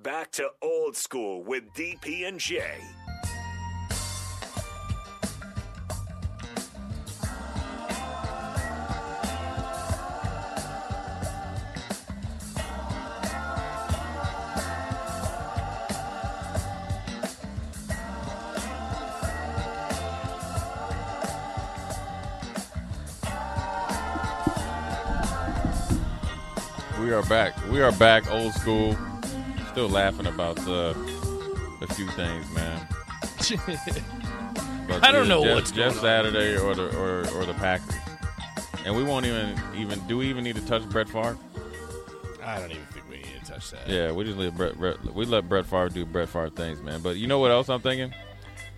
Back to old school with DP and J. We are back. We are back, old school. Still laughing about uh, a few things, man. But I don't either know Jeff, what's going Jeff on. Saturday or the or, or the Packers, and we won't even even do we even need to touch Brett Favre? I don't even think we need to touch that. Yeah, we just let Brett, Brett we let Brett Favre do Brett Favre things, man. But you know what else I'm thinking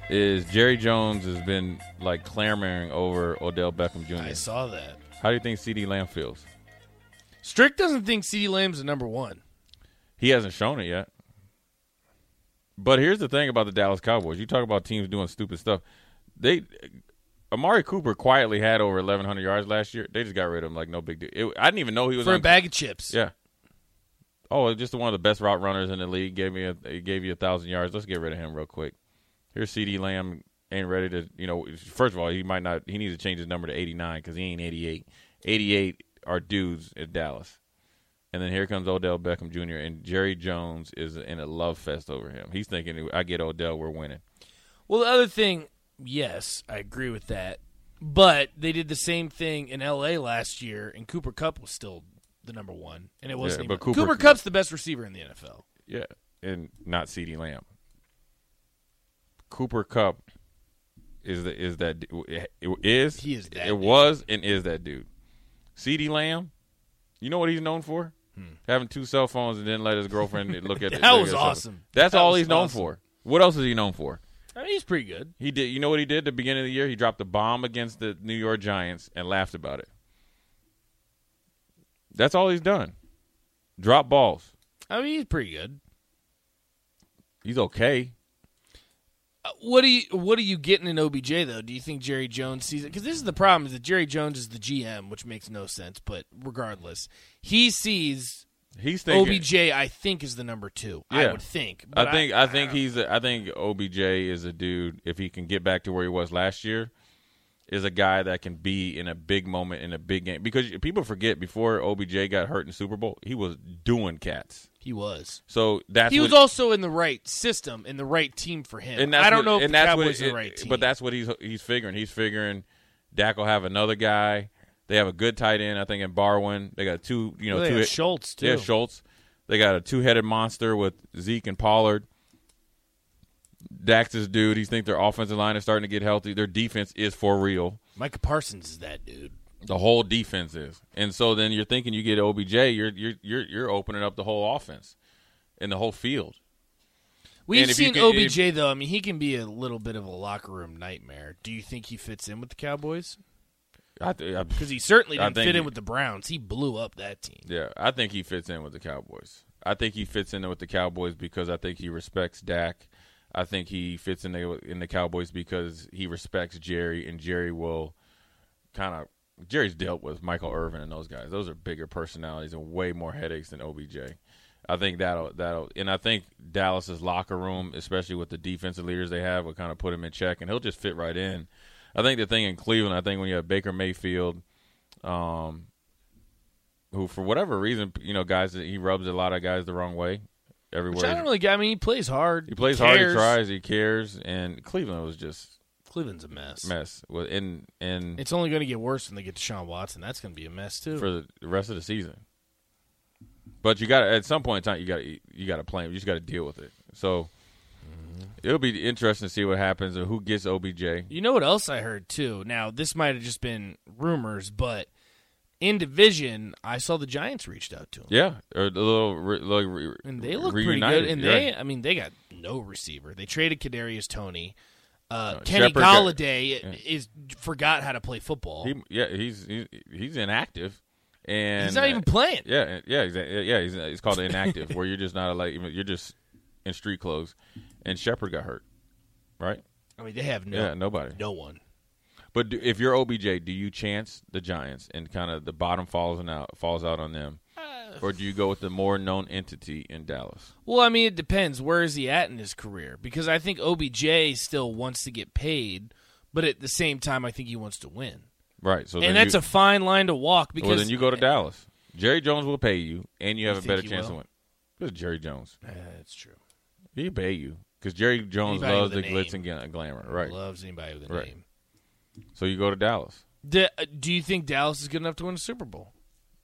is Jerry Jones has been like clamoring over Odell Beckham Jr. I saw that. How do you think C.D. Lamb feels? Strick doesn't think CeeDee Lamb's the number one. He hasn't shown it yet. But here's the thing about the Dallas Cowboys. You talk about teams doing stupid stuff. They Amari Cooper quietly had over 1100 yards last year. They just got rid of him like no big deal. It, I didn't even know he was For a on- bag of chips. Yeah. Oh, just one of the best route runners in the league. Gave me a he gave you a thousand yards. Let's get rid of him real quick. Here's C.D. Lamb ain't ready to. You know, first of all, he might not. He needs to change his number to 89 because he ain't 88. 88 are dudes at Dallas. And then here comes Odell Beckham Jr. and Jerry Jones is in a love fest over him. He's thinking, I get Odell, we're winning. Well, the other thing, yes, I agree with that. But they did the same thing in L.A. last year, and Cooper Cup was still the number one, and it wasn't. Yeah, but even, Cooper, Cooper- Cup's the best receiver in the NFL. Yeah, and not C.D. Lamb. Cooper Cup is the is that du- it is He is that it dude. was and is that dude. C.D. Lamb, you know what he's known for? Having two cell phones and then let his girlfriend look at Hmm. That look at was his cell awesome. phone. That's That all was he's known awesome. for. What else is he known for? I mean, he's pretty good. He did. You know what he did at the beginning of the year? He dropped a bomb against the New York Giants and laughed about it. That's all he's done. Drop balls. I mean, he's pretty good. He's okay. Uh, What do you What are you getting in OBJ though? Do you think Jerry Jones sees it? Because this is the problem: is that Jerry Jones is the GM, which makes no sense. But regardless, he sees He's thinking. OBJ. I think is the number two. I Yeah. would think. but I think I, think he's a, I think OBJ is a dude if he can get back to where he was last year is a guy that can be in a big moment in a big game because people forget before OBJ got hurt in Super Bowl he was doing cats he was. so that's he what, was also in the right system and the right team for him. and that's I don't what- know if and the that's Cowboys what are the it- right team, but that's what he's he's figuring he's figuring Dak will have another guy they have a good tight end I think in Barwin they got two you know Well, they two have Schultz too. Yeah, Schultz. They got a two-headed monster with Zeke and Pollard. Dax is dude. He's think their offensive line is starting to get healthy. Their defense is for real. Micah Parsons is that dude. The whole defense is. And so then you're thinking you get OBJ, you're you're you're you're opening up the whole offense and the whole field. We've And if you seen can- OBJ though. I mean, he can be a little bit of a locker room nightmare. Do you think he fits in with the Cowboys? I, th- I Because he certainly I didn't think fit in he- with the Browns. He blew up that team. Yeah, I think he fits in with the Cowboys. I think he fits in with the Cowboys because I think he respects Dak. I think he fits in the in the Cowboys because he respects Jerry, and Jerry will kind of Jerry's dealt with Michael Irvin and those guys. Those are bigger personalities and way more headaches than OBJ. I think that'll that'll and I think Dallas's locker room, especially with the defensive leaders they have, will kind of put him in check, and he'll just fit right in. I think the thing in Cleveland, I think when you have Baker Mayfield, um, who for whatever reason, you know, guys, he rubs a lot of guys the wrong way everywhere. Which I don't really get. I mean, he plays hard. he plays hard, he cares. tries, he cares, and Cleveland was just Cleveland's a mess. mess. Well, And and It's only going to get worse when they get to Sean Watson. That's going to be a mess too. for the- the rest of the season. But you got to at some point in time you got to you got to play him. You just got to deal with it. So Mm-hmm. it'll be interesting to see what happens and who gets OBJ. You know what else I heard too? Now, this might have just been rumors, but in division, I saw the Giants reached out to him. Yeah, or the little, re, little re, And they look reunited. pretty good. And You're they, right. I mean, they got no receiver. They traded Kadarius Tony. Uh, Uh, Kenny Shepard got- Galladay is forgot how to play football. he, yeah, he's, he's he's inactive, and uh, He's not even playing. Yeah, yeah, exactly. Yeah, he's, it's called inactive, where you're just not like you're just in street clothes. And Shepard got hurt, right? I mean, they have no Yeah, nobody. no one. But do, if you're OBJ, do you chance the Giants and kind of the bottom falls and out falls out on them? Uh, or do you go with the more known entity in Dallas? Well, I mean, it depends. Where is he at in his career? Because I think OBJ still wants to get paid, but at the same time, I think he wants to win. Right. So then and that's you, a fine line to walk because well, then you go to Dallas. Jerry Jones will pay you, and you have a think better he chance will? to win. Because Jerry Jones, Eh, that's true. he pay you because Jerry Jones Anybody loves the with a glitz name. and gla- glamour. Right. Loves anybody with a Right. name. So you go to Dallas. Do, uh, do you think Dallas is good enough to win a Super Bowl?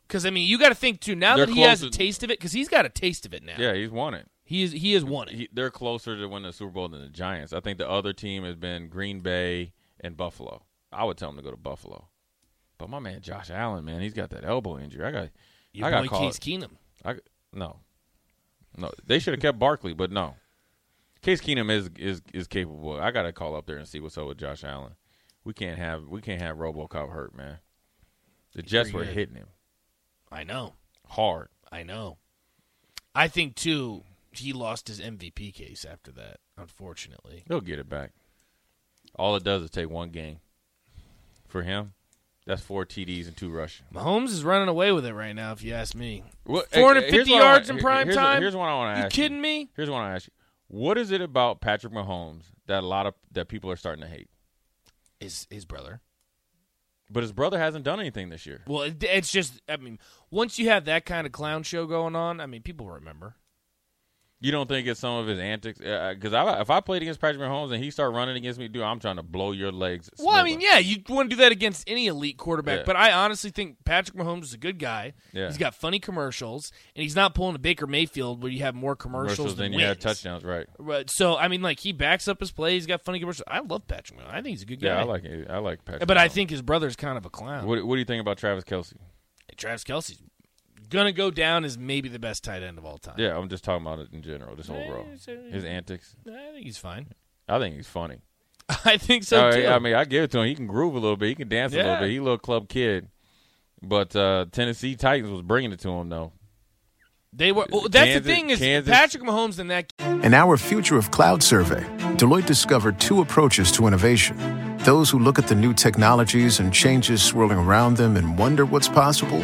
Because I mean, you got to think too. Now They're that he has a close to- taste of it, because he's got a taste of it now. Yeah, he's won it. he is. He has won it. He, they're closer to winning the Super Bowl than the Giants. I think the other team has been Green Bay and Buffalo. I would tell him to go to Buffalo. But my man Josh Allen, man, he's got that elbow injury. I got, Your I got boy called. Case Keenum. I no, no. They should have kept Barkley, but no. Case Keenum is is is capable. I gotta call up there and see what's up with Josh Allen. We can't have we can't have RoboCop hurt, man. The Jets pretty were good. hitting him I know. hard. I know. I think too. He lost his MVP case after that. Unfortunately, He'll get it back. All it does is take one game. For him, that's four TDs and two rushing. Mahomes is running away with it right now. If you ask me, What- hey, here's 450 what I wanna- yards in here- prime here's- time. Here's what I want to you ask. you. kidding me? Here's what I want to ask you. What is it about Patrick Mahomes that a lot of that people are starting to hate? His his brother. But his brother hasn't done anything this year. Well, it, it's just. I mean, once you have that kind of clown show going on, I mean, people remember. You don't think it's some of his antics? Because I, if I played against Patrick Mahomes and he start running against me, dude, I'm trying to blow your legs. Well, I mean, yeah, you want to do that against any elite quarterback, Yeah. but I honestly think Patrick Mahomes is a good guy. Yeah. He's got funny commercials, and he's not pulling a Baker Mayfield where you have more commercials, commercials. than Then you had wins. touchdowns, right? Right, So I mean, like he backs up his play. He's got funny commercials. I love Patrick Mahomes. I think he's a good guy. Yeah, I like it. I like Patrick. but I Mahomes. think his brother's kind of a clown. What, what do you think about Travis Kelsey? Travis Kelsey's gonna go down as maybe the best tight end of all time. Yeah, I'm just talking about it in general, just overall. it's, uh, His antics. I think he's fine. I think he's funny. I think so I, too. I mean, I give it to him. He can groove a little bit. He can dance a Yeah. little bit. He a little club kid. But uh, Tennessee Titans was bringing it to him though. they were. Well, that's Kansas- the thing is Kansas- Patrick Mahomes in that In our Future of Cloud survey, Deloitte discovered two approaches to innovation those who look at the new technologies and changes swirling around them and wonder what's possible,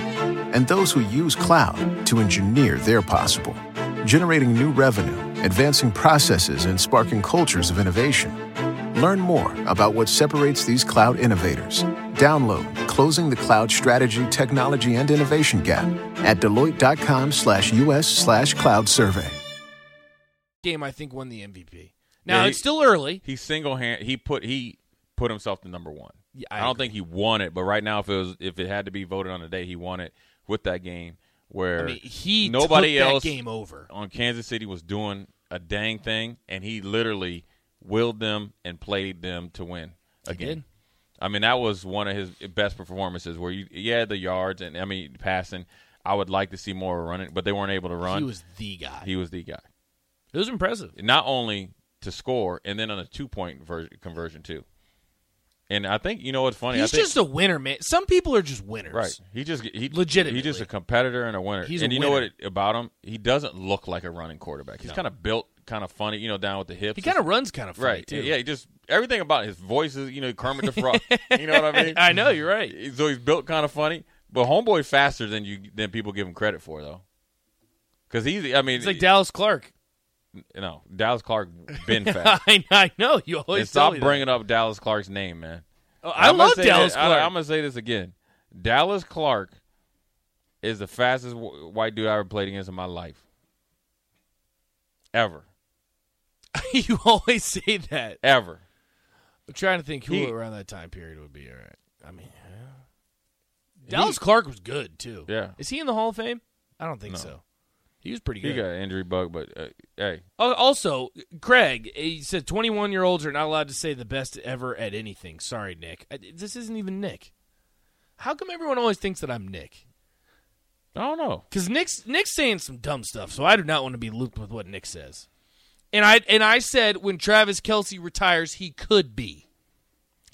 and those who use cloud to engineer their possible, generating new revenue, advancing processes, and sparking cultures of innovation. Learn more about what separates these cloud innovators. Download Closing the Cloud Strategy, Technology, and Innovation Gap at Deloitte.com slash US slash cloud survey. game, I think won the MVP. Now he- it's still early. He single hand he put he put himself to number one. Yeah, I I, don't agree. think he won it, but right now if it was if it had to be voted on today, he won it with that game where I mean, he nobody took that else game over. on Kansas City was doing a dang thing and he literally willed them and played them to win again. did. I mean, that was one of his best performances where you yeah, the yards and I mean passing. I would like to see more running, but they weren't able to run. He was the guy. he was the guy. it was impressive. not only to score and then on a two point ver- conversion too. And I think you know what's funny. He's I think, just a winner, man. Some people are just winners. right. He just he Legitimately. He's just a competitor and a winner. He's and a you know what winner. it, about him? He doesn't look like a running quarterback. He's kind of built, kind of funny, you know, down with the hips. He kind of runs kind of funny right. too. Yeah. He just everything about his voice is you know Kermit the Frog. you know what I mean? I know you're right. So he's built kind of funny, but homeboy faster than you than people give him credit for though. Because he's, I mean, It's like Dallas Clark. you know, Dallas Clark been fast. I, I know you always and stop tell me that. bringing up Dallas Clark's name, man. Oh, I I'm gonna love say Dallas that- Clark. I, am gonna say this again. Dallas Clark is the fastest wh- white dude I ever played against in my life, ever, you always say that. ever. I'm trying to think who He- around that time period would be all right. I mean, yeah. Dallas Clark was good too. Yeah. Is he in the Hall of Fame? I don't think No. so. He was pretty He good. got an injury bug, but uh, hey, Al- Also, Craig, he said 21 year olds are not allowed to say the best ever at anything. Sorry, Nick. I, this isn't even Nick. How come everyone always thinks that I'm Nick? I don't know. Because Nick's Nick's saying some dumb stuff, so I do not want to be looped with what Nick says. And I and I said when Travis Kelsey retires, he could be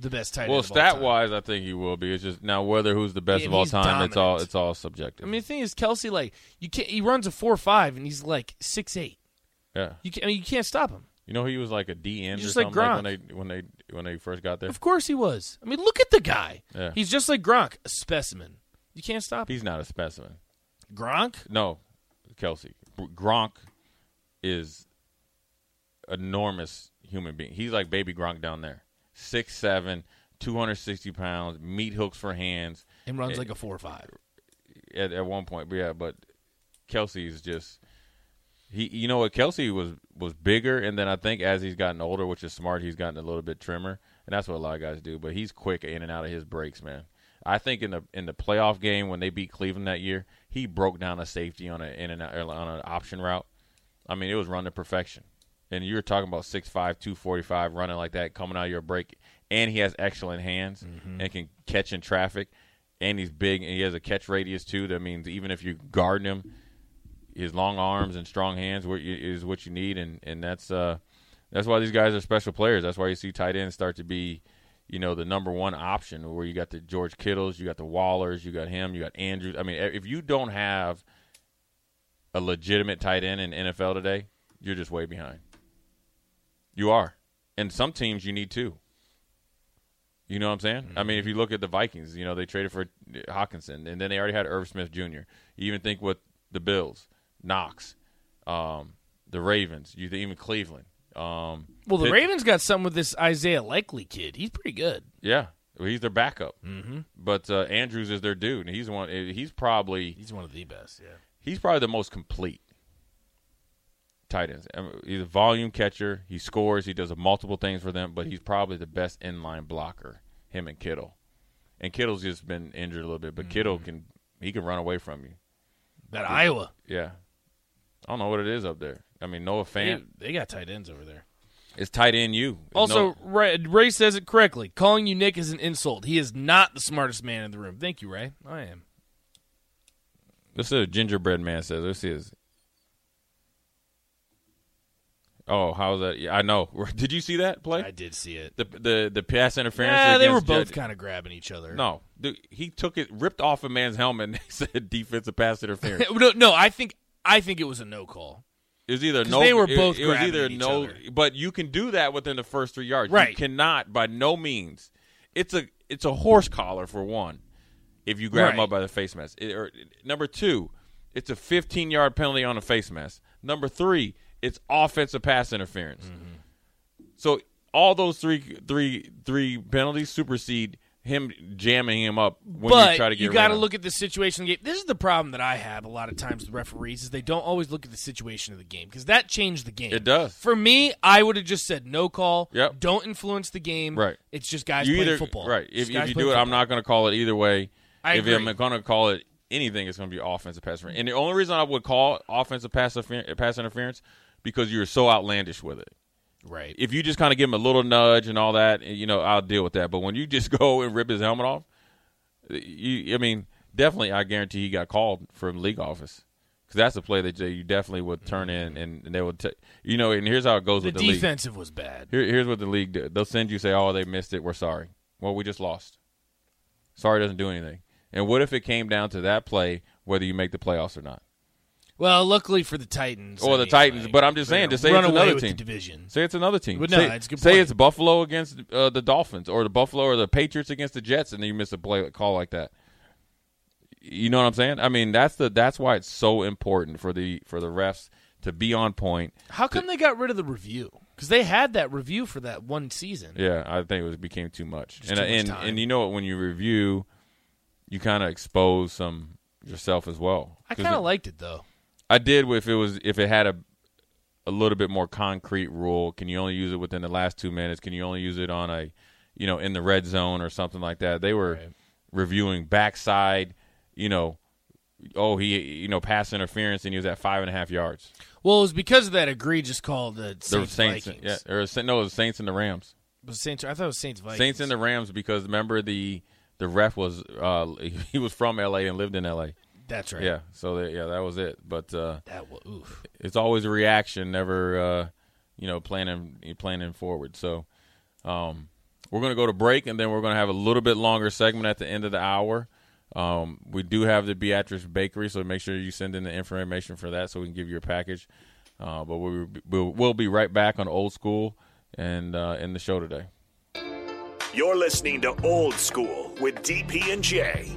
the best tight end. Well, of all time. stat wise, I think he will be. It's just now whether who's the best Yeah, of all he's time. It's all dominant. it's all subjective. I mean, the thing is, Kelsey, like you can't. He runs a four five, and he's like six eight. yeah, You can, I mean, you can't stop him. you know he was like a DN or He's just like something when they when they when they first got there. Of course he was. I mean, look at the guy. Yeah. He's just like Gronk, a specimen. You can't stop him. He's not a specimen. Gronk? No, Kelsey. Br- Gronk is enormous human being. He's like baby Gronk down there. 6'7", 260 pounds, meat hooks for hands And runs like a four or five. at, at one point. But yeah, but Kelsey is just he. You know what? Kelsey was was bigger, and then I think as he's gotten older, which is smart, he's gotten a little bit trimmer, and that's what a lot of guys do. But he's quick in and out of his breaks, man. I think in the in the playoff game when they beat Cleveland that year, he broke down a safety on an in and out, on an option route. I mean, it was run to perfection. And you were talking about 6'5", 245, running like that, coming out of your break, and he has excellent hands and can catch in traffic, and he's big and he has a catch radius too. That means even if you guard him, his long arms and strong hands were- is what you need, and and that's uh that's why these guys are special players. That's why you see tight ends start to be, you know, the number one option. Where you got the George Kittles, you got the Wallers, you got him, you got Andrews. I mean, e, if you don't have a legitimate tight end in NFL today, you're just way behind. You are. And some teams you need two. You know what I'm saying? I mean, if you look at the Vikings, you know, they traded for uh, Hawkinson and then they already had Irv Smith Jr. You even think with the Bills, Knox, um, the Ravens, you even Cleveland. Um, Well, the Pitt- Ravens got something with this Isaiah Likely kid. He's pretty good. Yeah. Well, he's their backup. Mm-hmm. But uh, Andrews is their dude and he's one he's probably He's one of the best. Yeah. he's probably the most complete tight ends. I mean, He's a volume catcher. He scores. He does multiple things for them, but he's probably the best inline blocker. Him and Kittle, and Kittle's just been injured a little bit, but Kittle Mm-hmm. can he can run away from you. That Iowa. Yeah, I don't know what it is up there. I mean, Noah They, Fan, they got tight ends over there. it's tight end. You It's Also, no- Ray, Ray says it correctly. Calling you Nick is an insult. He is not the smartest man in the room. Thank you, Ray. I am. Let's see what Gingerbread Man says. This is. Oh, how's that? Yeah, I know. Did you see that play? I did see it. the the the pass interference. Yeah, they were against both Jed- kind of grabbing each other. No, dude, he took it, ripped off a man's helmet, and they said defensive pass interference. no, no. I think I think it was a no call. It was either 'Cause no. they were it- both It, was grabbing either at each no, other. but you can do that within the first three yards. you Right. cannot by no means. It's a it's a horse collar for one. If you grab him Right. up by the face mask, It- or, number two, it's a 15 yard penalty on a face mask. Number three, it's offensive pass interference. Mm-hmm. So all those three three three penalties supersede him jamming him up when but you try to get. got to rid of him. look at the situation of the game. This is the problem that I have a lot of times with referees is they don't always look at the situation of the game because that changed the game. It does. For me, I would have just said no call. Yep. Don't influence the game. Right. It's just guys you playing either football. right. Just If, guys if you playing do it, I'm football. not going to call it either way. I if agree. I'm going to call it anything, it's going to be offensive pass interference. And the only reason I would call it offensive pass, interfer- pass interference because you're so outlandish with it. Right. If you just kind of give him a little nudge and all that, you know, I'll deal with that. But when you just go and rip his helmet off, you, I mean, definitely, I guarantee he got called from league office. Because that's a play that you definitely would turn in, and, and they would, t- you know. And here's how it goes the with the league. defensive was bad. Here, here's what the league did. They'll send you say, "Oh, they missed it. We're sorry." Well, we just lost. Sorry doesn't do anything. And what if it came down to that play, whether you make the playoffs or not, Well, luckily for the Titans. or I the mean, Titans? like, But I'm just saying, they're just say run it's away another with team. The division. Say it's another team. But no, say it's a good say point. it's Buffalo against uh, the Dolphins, or the Buffalo or the Patriots against the Jets, and then you miss a play call like that. You know what I'm saying? I mean, that's the that's why it's so important for the for the refs to be on point. How come they got rid of the review? Because they had that review for that one season. Yeah, I think it was became too much. and too much and time. and you know what? When you review, you kind of expose some yourself as well. I 'Cause kind it- of liked it though. I did if it was if it had a a little bit more concrete rule. Can you only use it within the last two minutes? Can you only use it on a you know in the red zone or something like that? They were reviewing backside. You know, oh he you know pass interference and he was at five and a half yards. Well, it was because of that egregious call that There were Saints Saints, Vikings. yeah, or Saint- no, it was Saints and the Rams. Was Saints? I thought it was Saints Vikings. Saints and the Rams because remember the the ref was uh he was from L.A. and lived in L.A. That's right. Yeah, so that, yeah, that was it. But uh That was oof. it's always a reaction, never uh you know planning planning forward. So um we're gonna go to break and then we're gonna have a little bit longer segment at the end of the hour. Um, we do have the Beatrice Bakery, so make sure you send in the information for that, so we can give you a package. Uh, but we'll, we'll we'll be right back on old school and uh, in the show today. You're listening to Old School with DP and J.